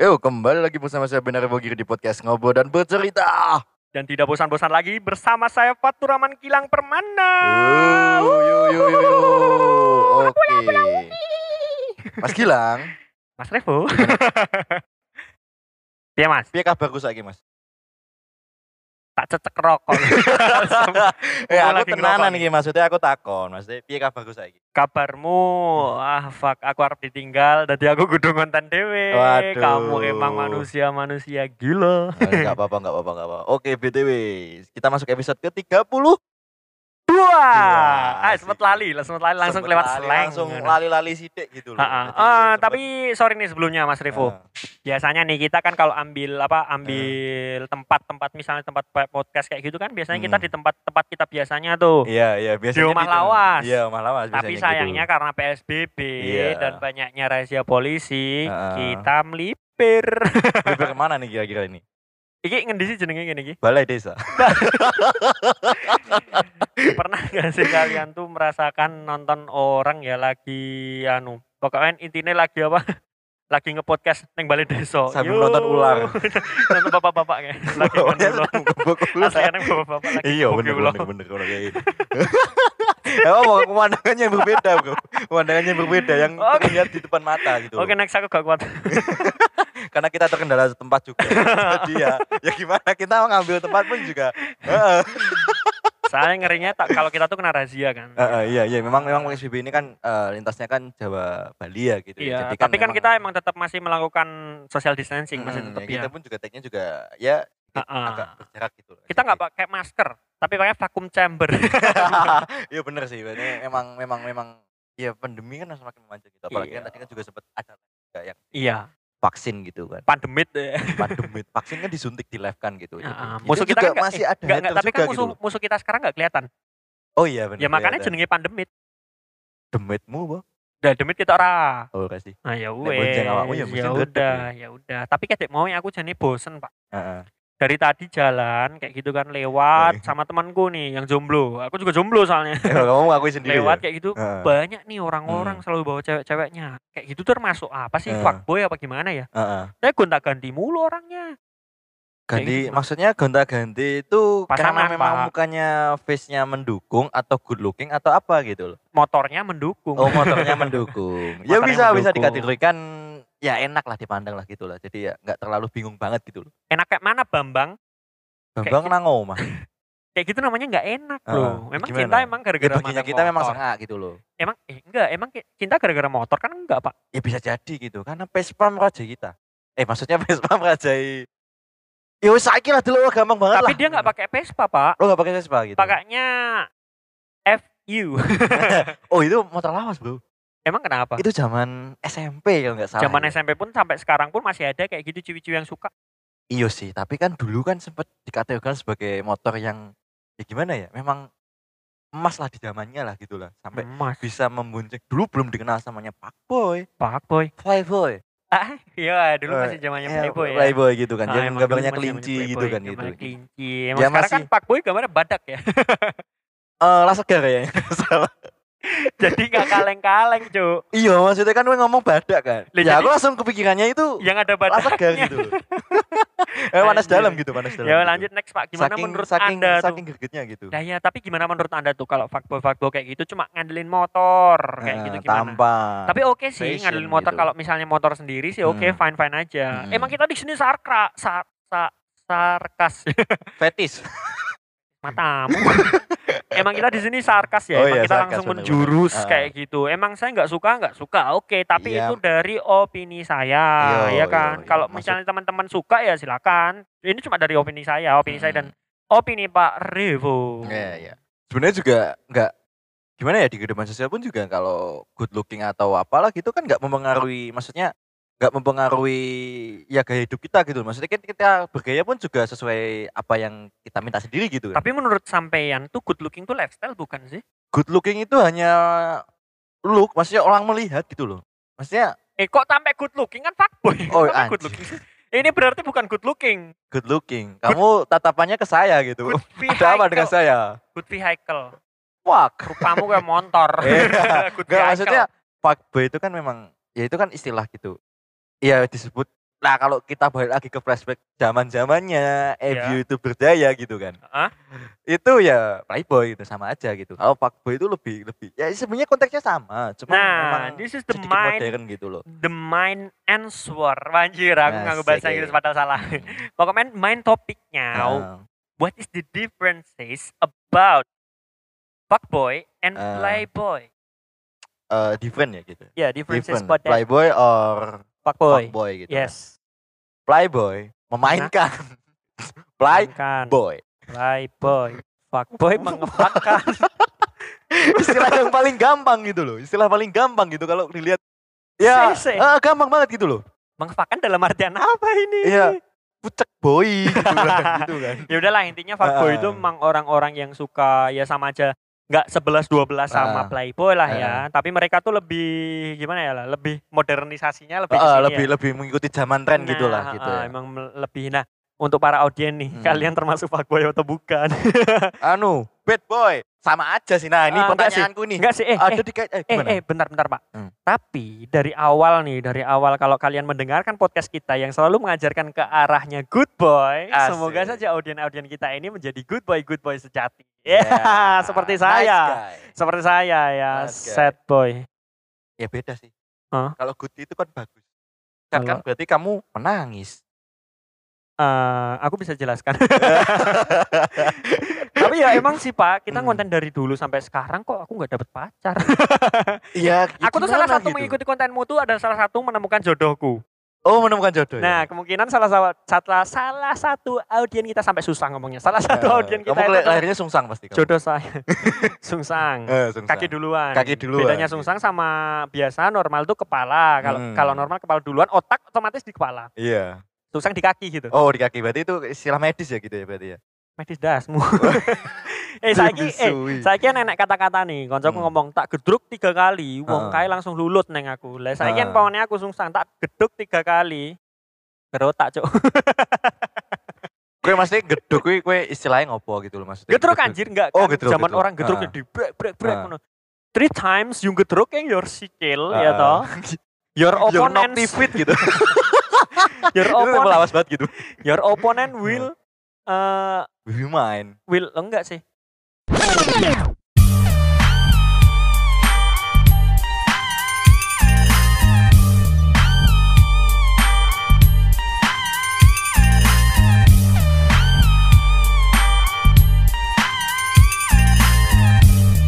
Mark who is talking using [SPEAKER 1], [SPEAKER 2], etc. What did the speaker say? [SPEAKER 1] Yo, kembali lagi bersama saya Benar Bogir di podcast Ngobrol dan Bercerita.
[SPEAKER 2] Dan tidak bosan-bosan lagi bersama saya Faturaman Kilang Permana.
[SPEAKER 1] Yo,
[SPEAKER 2] Oh.
[SPEAKER 1] yo, yo, yo, yo. Oke. Mas Gilang,
[SPEAKER 2] Mas Revo. Iya mas,
[SPEAKER 1] piye kabarku saiki, Mas?
[SPEAKER 2] tak cecek rokok.
[SPEAKER 1] ya, aku
[SPEAKER 2] Aku lagi
[SPEAKER 1] tenanan
[SPEAKER 2] ngerokok
[SPEAKER 1] iki, maksudnya aku takon, maksudnya piye kabarku saiki?
[SPEAKER 2] Kabarmu, ah fuck, aku harap ditinggal. Tadi aku kudu konten dewe.
[SPEAKER 1] Waduh.
[SPEAKER 2] Kamu emang manusia-manusia gila.
[SPEAKER 1] Enggak apa-apa, enggak apa-apa, enggak apa-apa. Oke, BTW, kita masuk episode ke-30.
[SPEAKER 2] Dua.
[SPEAKER 1] Iya,
[SPEAKER 2] Ah, sempet
[SPEAKER 1] sih.
[SPEAKER 2] lali, lah, sempet lali langsung
[SPEAKER 1] Sempet
[SPEAKER 2] lewat
[SPEAKER 1] lali,
[SPEAKER 2] slang.
[SPEAKER 1] Langsung lali-lali sidik gitu loh.
[SPEAKER 2] Ah, ah.
[SPEAKER 1] Jadi,
[SPEAKER 2] Ah,
[SPEAKER 1] sempet-
[SPEAKER 2] tapi sorry nih sebelumnya Mas Revo.
[SPEAKER 1] Ah.
[SPEAKER 2] biasanya nih kita kan kalau ambil apa ambil tempat-tempat misalnya tempat pa- podcast kayak gitu kan biasanya kita
[SPEAKER 1] Hmm.
[SPEAKER 2] di tempat-tempat kita biasanya tuh
[SPEAKER 1] Iya, iya, biasanya
[SPEAKER 2] rumah
[SPEAKER 1] gitu.
[SPEAKER 2] lawas.
[SPEAKER 1] Iya, rumah lawas
[SPEAKER 2] tapi
[SPEAKER 1] biasanya
[SPEAKER 2] sayangnya
[SPEAKER 1] gitu.
[SPEAKER 2] karena PSBB
[SPEAKER 1] Iya.
[SPEAKER 2] dan banyaknya rahasia polisi
[SPEAKER 1] Ah.
[SPEAKER 2] kita melipir
[SPEAKER 1] Lebih kemana nih kira-kira ini?
[SPEAKER 2] iki ngendi sih jenenge ngene iki
[SPEAKER 1] Balai desa.
[SPEAKER 2] pernah gak sih kalian tuh merasakan nonton orang ya lagi anu pokoknya intinya lagi apa lagi ngepodcast neng balai desa
[SPEAKER 1] Sambil
[SPEAKER 2] Yo.
[SPEAKER 1] nonton ular.
[SPEAKER 2] nonton bapak-bapak kayak lagi
[SPEAKER 1] Pokoknya
[SPEAKER 2] nonton
[SPEAKER 1] sedang bubuk ular.
[SPEAKER 2] ular. Iya, Aslinya neng bapak-bapak lagi
[SPEAKER 1] Iya
[SPEAKER 2] bubuk
[SPEAKER 1] bener
[SPEAKER 2] ular.
[SPEAKER 1] bener bener bener kayak gitu. Emang mau pemandangannya yang berbeda bro Pemandangannya yang berbeda yang
[SPEAKER 2] Oke.
[SPEAKER 1] terlihat di depan mata gitu loh.
[SPEAKER 2] Oke next aku gak kuat.
[SPEAKER 1] Karena kita terkendala tempat juga Jadi ya, ya gimana kita ngambil tempat pun juga Heeh.
[SPEAKER 2] Saya ngerinya tak kalau kita tuh kena razia kan.
[SPEAKER 1] Heeh, Iya iya memang memang PSBB ini kan eh, lintasnya kan Jawa Bali ya gitu ya.
[SPEAKER 2] Iya,
[SPEAKER 1] Jadi
[SPEAKER 2] tapi kan
[SPEAKER 1] memang-
[SPEAKER 2] kita emang tetap masih melakukan social distancing masih
[SPEAKER 1] Hmm, ya,
[SPEAKER 2] tetap ya.
[SPEAKER 1] Kita pun juga tagnya juga ya
[SPEAKER 2] Heeh.
[SPEAKER 1] agak berjarak gitu loh.
[SPEAKER 2] Ah. Kita
[SPEAKER 1] Jadi-
[SPEAKER 2] nggak pakai masker, tapi pakai vakum chamber.
[SPEAKER 1] Iya bener sih, berarti memang memang memang ya pandemi kan semakin memanjang gitu. Apalagi kan
[SPEAKER 2] Iya.
[SPEAKER 1] tadi kan juga sempat ada juga yang
[SPEAKER 2] iya,
[SPEAKER 1] vaksin gitu kan.
[SPEAKER 2] pandemit. eh.
[SPEAKER 1] Pandemi vaksin kan disuntik di live kan gitu. Jadi
[SPEAKER 2] Heeh,
[SPEAKER 1] itu
[SPEAKER 2] musuh kita
[SPEAKER 1] juga
[SPEAKER 2] kan nggak-
[SPEAKER 1] masih ada
[SPEAKER 2] Nggak, nggak,
[SPEAKER 1] hater
[SPEAKER 2] tapi kan
[SPEAKER 1] juga gitu.
[SPEAKER 2] musuh
[SPEAKER 1] loh.
[SPEAKER 2] musuh kita sekarang nggak kelihatan.
[SPEAKER 1] Oh iya bener.
[SPEAKER 2] ya makanya
[SPEAKER 1] kelihatan.
[SPEAKER 2] jenenge pandemit.
[SPEAKER 1] demitmu, Bo.
[SPEAKER 2] Udah demit kita ora.
[SPEAKER 1] Oh kasih.
[SPEAKER 2] Nah ya wes.
[SPEAKER 1] bonceng awakmu ya mesti
[SPEAKER 2] Ya
[SPEAKER 1] dedek
[SPEAKER 2] udah, ya udah. Tapi kayak mau aku jadi bosen, Pak.
[SPEAKER 1] Heeh.
[SPEAKER 2] Dari tadi jalan kayak gitu kan lewat
[SPEAKER 1] Oke.
[SPEAKER 2] sama temanku nih yang jomblo. Aku juga jomblo soalnya.
[SPEAKER 1] Eh, kamu ngakui sendiri.
[SPEAKER 2] lewat
[SPEAKER 1] ya?
[SPEAKER 2] kayak gitu
[SPEAKER 1] Heeh, Hmm.
[SPEAKER 2] banyak nih orang-orang selalu bawa cewek-ceweknya kayak gitu termasuk apa
[SPEAKER 1] Eh.
[SPEAKER 2] sih fuckboy apa gimana ya
[SPEAKER 1] heeh.
[SPEAKER 2] saya gonta ganti mulu orangnya
[SPEAKER 1] Ganti
[SPEAKER 2] gitu.
[SPEAKER 1] maksudnya gonta-ganti itu karena
[SPEAKER 2] Pasangan,
[SPEAKER 1] memang
[SPEAKER 2] Pak.
[SPEAKER 1] mukanya face-nya mendukung atau good looking atau apa gitu loh.
[SPEAKER 2] motornya mendukung
[SPEAKER 1] Oh motornya mendukung. ya
[SPEAKER 2] Motornya
[SPEAKER 1] bisa bisa
[SPEAKER 2] mendukung.
[SPEAKER 1] dikategorikan ya enak lah dipandang lah gitu lah. Jadi ya nggak terlalu bingung banget gitu loh.
[SPEAKER 2] enak kayak mana Bambang
[SPEAKER 1] Bambang
[SPEAKER 2] Kayak- gitu.
[SPEAKER 1] nang omah.
[SPEAKER 2] kayak gitu namanya nggak enak
[SPEAKER 1] Ah,
[SPEAKER 2] loh memang
[SPEAKER 1] gimana?
[SPEAKER 2] cinta emang
[SPEAKER 1] Ya
[SPEAKER 2] gara-gara
[SPEAKER 1] baginya
[SPEAKER 2] mandang
[SPEAKER 1] kita memang
[SPEAKER 2] motor.
[SPEAKER 1] sengak gitu loh.
[SPEAKER 2] emang eh, enggak emang kayak cinta gara-gara motor kan enggak pak
[SPEAKER 1] Ya bisa jadi gitu karena Vespa merajai kita. Eh maksudnya Vespa merajai. Yo Ya saiki lah dulu gampang banget
[SPEAKER 2] tapi
[SPEAKER 1] lah.
[SPEAKER 2] dia nggak pakai Vespa pak
[SPEAKER 1] Lo nggak pakai Vespa gitu.
[SPEAKER 2] pakainya FU
[SPEAKER 1] Oh itu motor lawas bro.
[SPEAKER 2] emang kenapa
[SPEAKER 1] Itu zaman SMP kalau nggak salah.
[SPEAKER 2] zaman
[SPEAKER 1] ya.
[SPEAKER 2] SMP pun sampai sekarang pun masih ada kayak gitu ciwi-ciwi yang suka
[SPEAKER 1] Iya sih, tapi kan dulu kan sempat dikategorikan sebagai motor yang ya gimana ya, memang emas lah di zamannya lah gitu lah. Sampai
[SPEAKER 2] mas
[SPEAKER 1] bisa membonceng. Dulu belum dikenal namanya Pak Boy,
[SPEAKER 2] fuckboy
[SPEAKER 1] Playboy.
[SPEAKER 2] ah iya dulu
[SPEAKER 1] Eh,
[SPEAKER 2] masih zamannya
[SPEAKER 1] Ya,
[SPEAKER 2] playboy ya
[SPEAKER 1] Playboy gitu kan.
[SPEAKER 2] Ah,
[SPEAKER 1] Yang
[SPEAKER 2] emang
[SPEAKER 1] gambarnya
[SPEAKER 2] dulu masih zamannya
[SPEAKER 1] kelinci gitu
[SPEAKER 2] Playboy,
[SPEAKER 1] kan gitu.
[SPEAKER 2] gambarnya
[SPEAKER 1] Eh,
[SPEAKER 2] kelinci. Emang
[SPEAKER 1] Ya,
[SPEAKER 2] sekarang
[SPEAKER 1] masih-
[SPEAKER 2] kan Pak Boy gambarnya badak ya.
[SPEAKER 1] lah segar ya. Salah.
[SPEAKER 2] Jadi nggak kaleng-kaleng, Cuk.
[SPEAKER 1] Iya, maksudnya kan gue ngomong badak kan.
[SPEAKER 2] Lah,
[SPEAKER 1] ya
[SPEAKER 2] jadi-
[SPEAKER 1] aku langsung kepikirannya itu
[SPEAKER 2] Yang ada
[SPEAKER 1] lah
[SPEAKER 2] badaknya.
[SPEAKER 1] segar gitu. loh. eh, panas
[SPEAKER 2] Anjir.
[SPEAKER 1] dalam gitu, panas dalam.
[SPEAKER 2] Ya
[SPEAKER 1] gitu.
[SPEAKER 2] lanjut next Pak, gimana
[SPEAKER 1] saking,
[SPEAKER 2] menurut
[SPEAKER 1] saking,
[SPEAKER 2] Anda
[SPEAKER 1] saking
[SPEAKER 2] tuh?
[SPEAKER 1] gregetnya gitu.
[SPEAKER 2] Nah ya, tapi gimana menurut Anda tuh kalau fuckboy-fuckboy kayak gitu cuma ngandelin motor kayak
[SPEAKER 1] Eh,
[SPEAKER 2] gitu gimana?
[SPEAKER 1] Tampan.
[SPEAKER 2] Tapi oke sih
[SPEAKER 1] Fashion
[SPEAKER 2] ngandelin motor
[SPEAKER 1] gitu.
[SPEAKER 2] kalau misalnya motor sendiri sih
[SPEAKER 1] Hmm.
[SPEAKER 2] oke fine-fine aja.
[SPEAKER 1] Hmm.
[SPEAKER 2] Emang kita di sini sarkra sa, sa- sarkas
[SPEAKER 1] fetis.
[SPEAKER 2] matamu. Emang kita di sini sarkas ya,
[SPEAKER 1] Oh iya,
[SPEAKER 2] emang kita
[SPEAKER 1] sarkas,
[SPEAKER 2] langsung
[SPEAKER 1] bener-bener.
[SPEAKER 2] menjurus
[SPEAKER 1] Ah.
[SPEAKER 2] kayak gitu. Emang saya nggak suka nggak suka, oke. Tapi
[SPEAKER 1] Iya.
[SPEAKER 2] itu dari opini saya,
[SPEAKER 1] Iya,
[SPEAKER 2] ya kan.
[SPEAKER 1] iya,
[SPEAKER 2] Kalau
[SPEAKER 1] iya. Maksud-
[SPEAKER 2] misalnya teman-teman suka ya silakan. Ini cuma dari opini saya, opini saya dan opini Pak
[SPEAKER 1] Hmm.
[SPEAKER 2] Revo.
[SPEAKER 1] Iya, iya. Sebenarnya juga nggak gimana ya di kehidupan sosial pun juga kalau good looking atau apalah gitu kan nggak mempengaruhi maksudnya nggak mempengaruhi ya gaya hidup kita gitu maksudnya kan kita bergaya pun juga sesuai apa yang kita minta sendiri gitu kan.
[SPEAKER 2] Tapi menurut sampeyan tuh good looking tuh lifestyle bukan sih?
[SPEAKER 1] good looking itu hanya look maksudnya orang melihat gitu loh maksudnya
[SPEAKER 2] Eh kok sampai good looking kan fuckboy.
[SPEAKER 1] Oh,
[SPEAKER 2] Sampai good
[SPEAKER 1] anjing.
[SPEAKER 2] looking. sih? Ini berarti bukan good looking.
[SPEAKER 1] good looking kamu tatapannya ke saya gitu
[SPEAKER 2] Good
[SPEAKER 1] ada apa dengan
[SPEAKER 2] vehicle.
[SPEAKER 1] saya
[SPEAKER 2] Good vehicle.
[SPEAKER 1] fuck
[SPEAKER 2] Rupamu kayak motor.
[SPEAKER 1] Eh, Nggak,
[SPEAKER 2] good vehicle.
[SPEAKER 1] maksudnya fuckboy itu kan memang ya itu kan istilah gitu ya disebut nah kalau kita balik lagi ke flashback zaman zamannya MU itu berdaya gitu kan
[SPEAKER 2] Ya. Hah?
[SPEAKER 1] itu ya playboy itu sama aja gitu kalau fuckboy itu lebih lebih ya sebenarnya konteksnya sama cuma memang
[SPEAKER 2] Nah, this is the
[SPEAKER 1] sedikit
[SPEAKER 2] mind
[SPEAKER 1] modern gitu loh
[SPEAKER 2] the mind answer. Anjir, aku
[SPEAKER 1] Nah,
[SPEAKER 2] nggak bahasa
[SPEAKER 1] sih.
[SPEAKER 2] Inggris padahal salah. Pokoknya main, main topiknya.
[SPEAKER 1] Nah.
[SPEAKER 2] What is the differences about fuckboy and
[SPEAKER 1] Ah.
[SPEAKER 2] playboy?
[SPEAKER 1] eh different ya gitu.
[SPEAKER 2] Ya, yeah, differences
[SPEAKER 1] Different.
[SPEAKER 2] about that
[SPEAKER 1] Playboy or
[SPEAKER 2] fuckboy.
[SPEAKER 1] fuckboy gitu.
[SPEAKER 2] Yes.
[SPEAKER 1] Playboy memainkan.
[SPEAKER 2] Nah. Kan.
[SPEAKER 1] Playboy.
[SPEAKER 2] Playboy. Fuckboy mengepakkan.
[SPEAKER 1] Istilah yang paling gampang gitu loh. Istilah paling gampang gitu kalau dilihat. Ya,
[SPEAKER 2] Sese.
[SPEAKER 1] eh, gampang banget gitu loh.
[SPEAKER 2] mengepakkan dalam artian apa ini?
[SPEAKER 1] Iya. Pucek boy gitu kan. gitu kan.
[SPEAKER 2] Ya udahlah intinya
[SPEAKER 1] Ah.
[SPEAKER 2] fuckboy itu memang orang-orang yang suka ya sama aja nggak 11 12
[SPEAKER 1] Ah.
[SPEAKER 2] sama playboy lah ya, tapi mereka tuh lebih gimana ya lah, lebih modernisasinya lebih
[SPEAKER 1] Eh,
[SPEAKER 2] ke sini
[SPEAKER 1] lebih
[SPEAKER 2] ya.
[SPEAKER 1] lebih mengikuti zaman tren gitu
[SPEAKER 2] Nah,
[SPEAKER 1] lah gitu.
[SPEAKER 2] ah,
[SPEAKER 1] Ya.
[SPEAKER 2] Emang me- lebih nah untuk para audiens nih,
[SPEAKER 1] Hmm.
[SPEAKER 2] kalian termasuk fuckboy atau bukan?
[SPEAKER 1] Anu, bad boy. Sama aja sih. Nah, ini
[SPEAKER 2] Ah, enggak sih.
[SPEAKER 1] pertanyaanku nih.
[SPEAKER 2] Enggak sih, eh, eh,
[SPEAKER 1] Ada dikait eh,
[SPEAKER 2] Eh,
[SPEAKER 1] gimana?
[SPEAKER 2] eh, bentar-bentar Pak.
[SPEAKER 1] Hmm.
[SPEAKER 2] Tapi dari awal nih, dari awal kalau kalian mendengarkan podcast kita yang selalu mengajarkan ke arahnya good boy,
[SPEAKER 1] Asik.
[SPEAKER 2] semoga saja audien-audien kita ini menjadi good boy, good boy sejati.
[SPEAKER 1] Ya,
[SPEAKER 2] Ya,
[SPEAKER 1] nice
[SPEAKER 2] seperti saya.
[SPEAKER 1] guy.
[SPEAKER 2] seperti saya ya,
[SPEAKER 1] Nice guy.
[SPEAKER 2] sad boy.
[SPEAKER 1] ya beda sih.
[SPEAKER 2] Hah?
[SPEAKER 1] Kalau good itu kan bagus. Kan, kan
[SPEAKER 2] Kalau-
[SPEAKER 1] berarti kamu menangis.
[SPEAKER 2] Eh, aku bisa jelaskan. Tapi ya emang sih Pak, kita
[SPEAKER 1] Hmm.
[SPEAKER 2] konten dari dulu sampai sekarang kok aku nggak dapet pacar.
[SPEAKER 1] Iya. ya
[SPEAKER 2] aku tuh salah
[SPEAKER 1] gimana
[SPEAKER 2] satu
[SPEAKER 1] gitu.
[SPEAKER 2] mengikuti kontenmu tuh adalah salah satu menemukan jodohku.
[SPEAKER 1] Oh menemukan jodoh.
[SPEAKER 2] Nah, kemungkinan salah salah salah, salah satu audien kita sampai susah ngomongnya. Salah
[SPEAKER 1] ya. Eh,
[SPEAKER 2] satu audien kita
[SPEAKER 1] kamu
[SPEAKER 2] itu
[SPEAKER 1] kela-
[SPEAKER 2] adalah
[SPEAKER 1] lahirnya sungsang pasti. Kamu.
[SPEAKER 2] jodoh saya. Sungsang.
[SPEAKER 1] Eh, sungsang.
[SPEAKER 2] Kaki duluan.
[SPEAKER 1] Kaki duluan.
[SPEAKER 2] Bedanya sungsang sama biasa normal tuh kepala. Kalau
[SPEAKER 1] Hmm.
[SPEAKER 2] kalau normal kepala duluan, otak otomatis di kepala.
[SPEAKER 1] Iya.
[SPEAKER 2] Sungsang di kaki gitu.
[SPEAKER 1] Oh di kaki berarti itu istilah medis ya gitu ya berarti ya.
[SPEAKER 2] Medis dasmu. eh saiki eh
[SPEAKER 1] Dibisui.
[SPEAKER 2] saiki kan enak kata-kata nih. Koncoku
[SPEAKER 1] Hmm.
[SPEAKER 2] ngomong tak gedruk tiga kali, wong
[SPEAKER 1] Ah.
[SPEAKER 2] kae langsung lulut neng aku. Lah saiki
[SPEAKER 1] Ah.
[SPEAKER 2] kan pawone aku sungsang tak gedruk tiga kali. Gerotak, Cuk.
[SPEAKER 1] Kue maksudnya geduk kue kue istilahnya ngopo gitu loh maksudnya.
[SPEAKER 2] Getruk anjir enggak
[SPEAKER 1] Oh,
[SPEAKER 2] kan
[SPEAKER 1] gedruk,
[SPEAKER 2] zaman
[SPEAKER 1] gedruk. Ah.
[SPEAKER 2] orang gedruk
[SPEAKER 1] Heeh.
[SPEAKER 2] di brek brek brek
[SPEAKER 1] Heeh.
[SPEAKER 2] ngono. Three times you gedruk yang your sikil ya
[SPEAKER 1] Heeh.
[SPEAKER 2] toh. Your
[SPEAKER 1] You're not
[SPEAKER 2] opponent
[SPEAKER 1] fit gitu.
[SPEAKER 2] your
[SPEAKER 1] Ah. Itu Ah.
[SPEAKER 2] opponent
[SPEAKER 1] melawas banget gitu.
[SPEAKER 2] your opponent will eh
[SPEAKER 1] We main.
[SPEAKER 2] will enggak sih.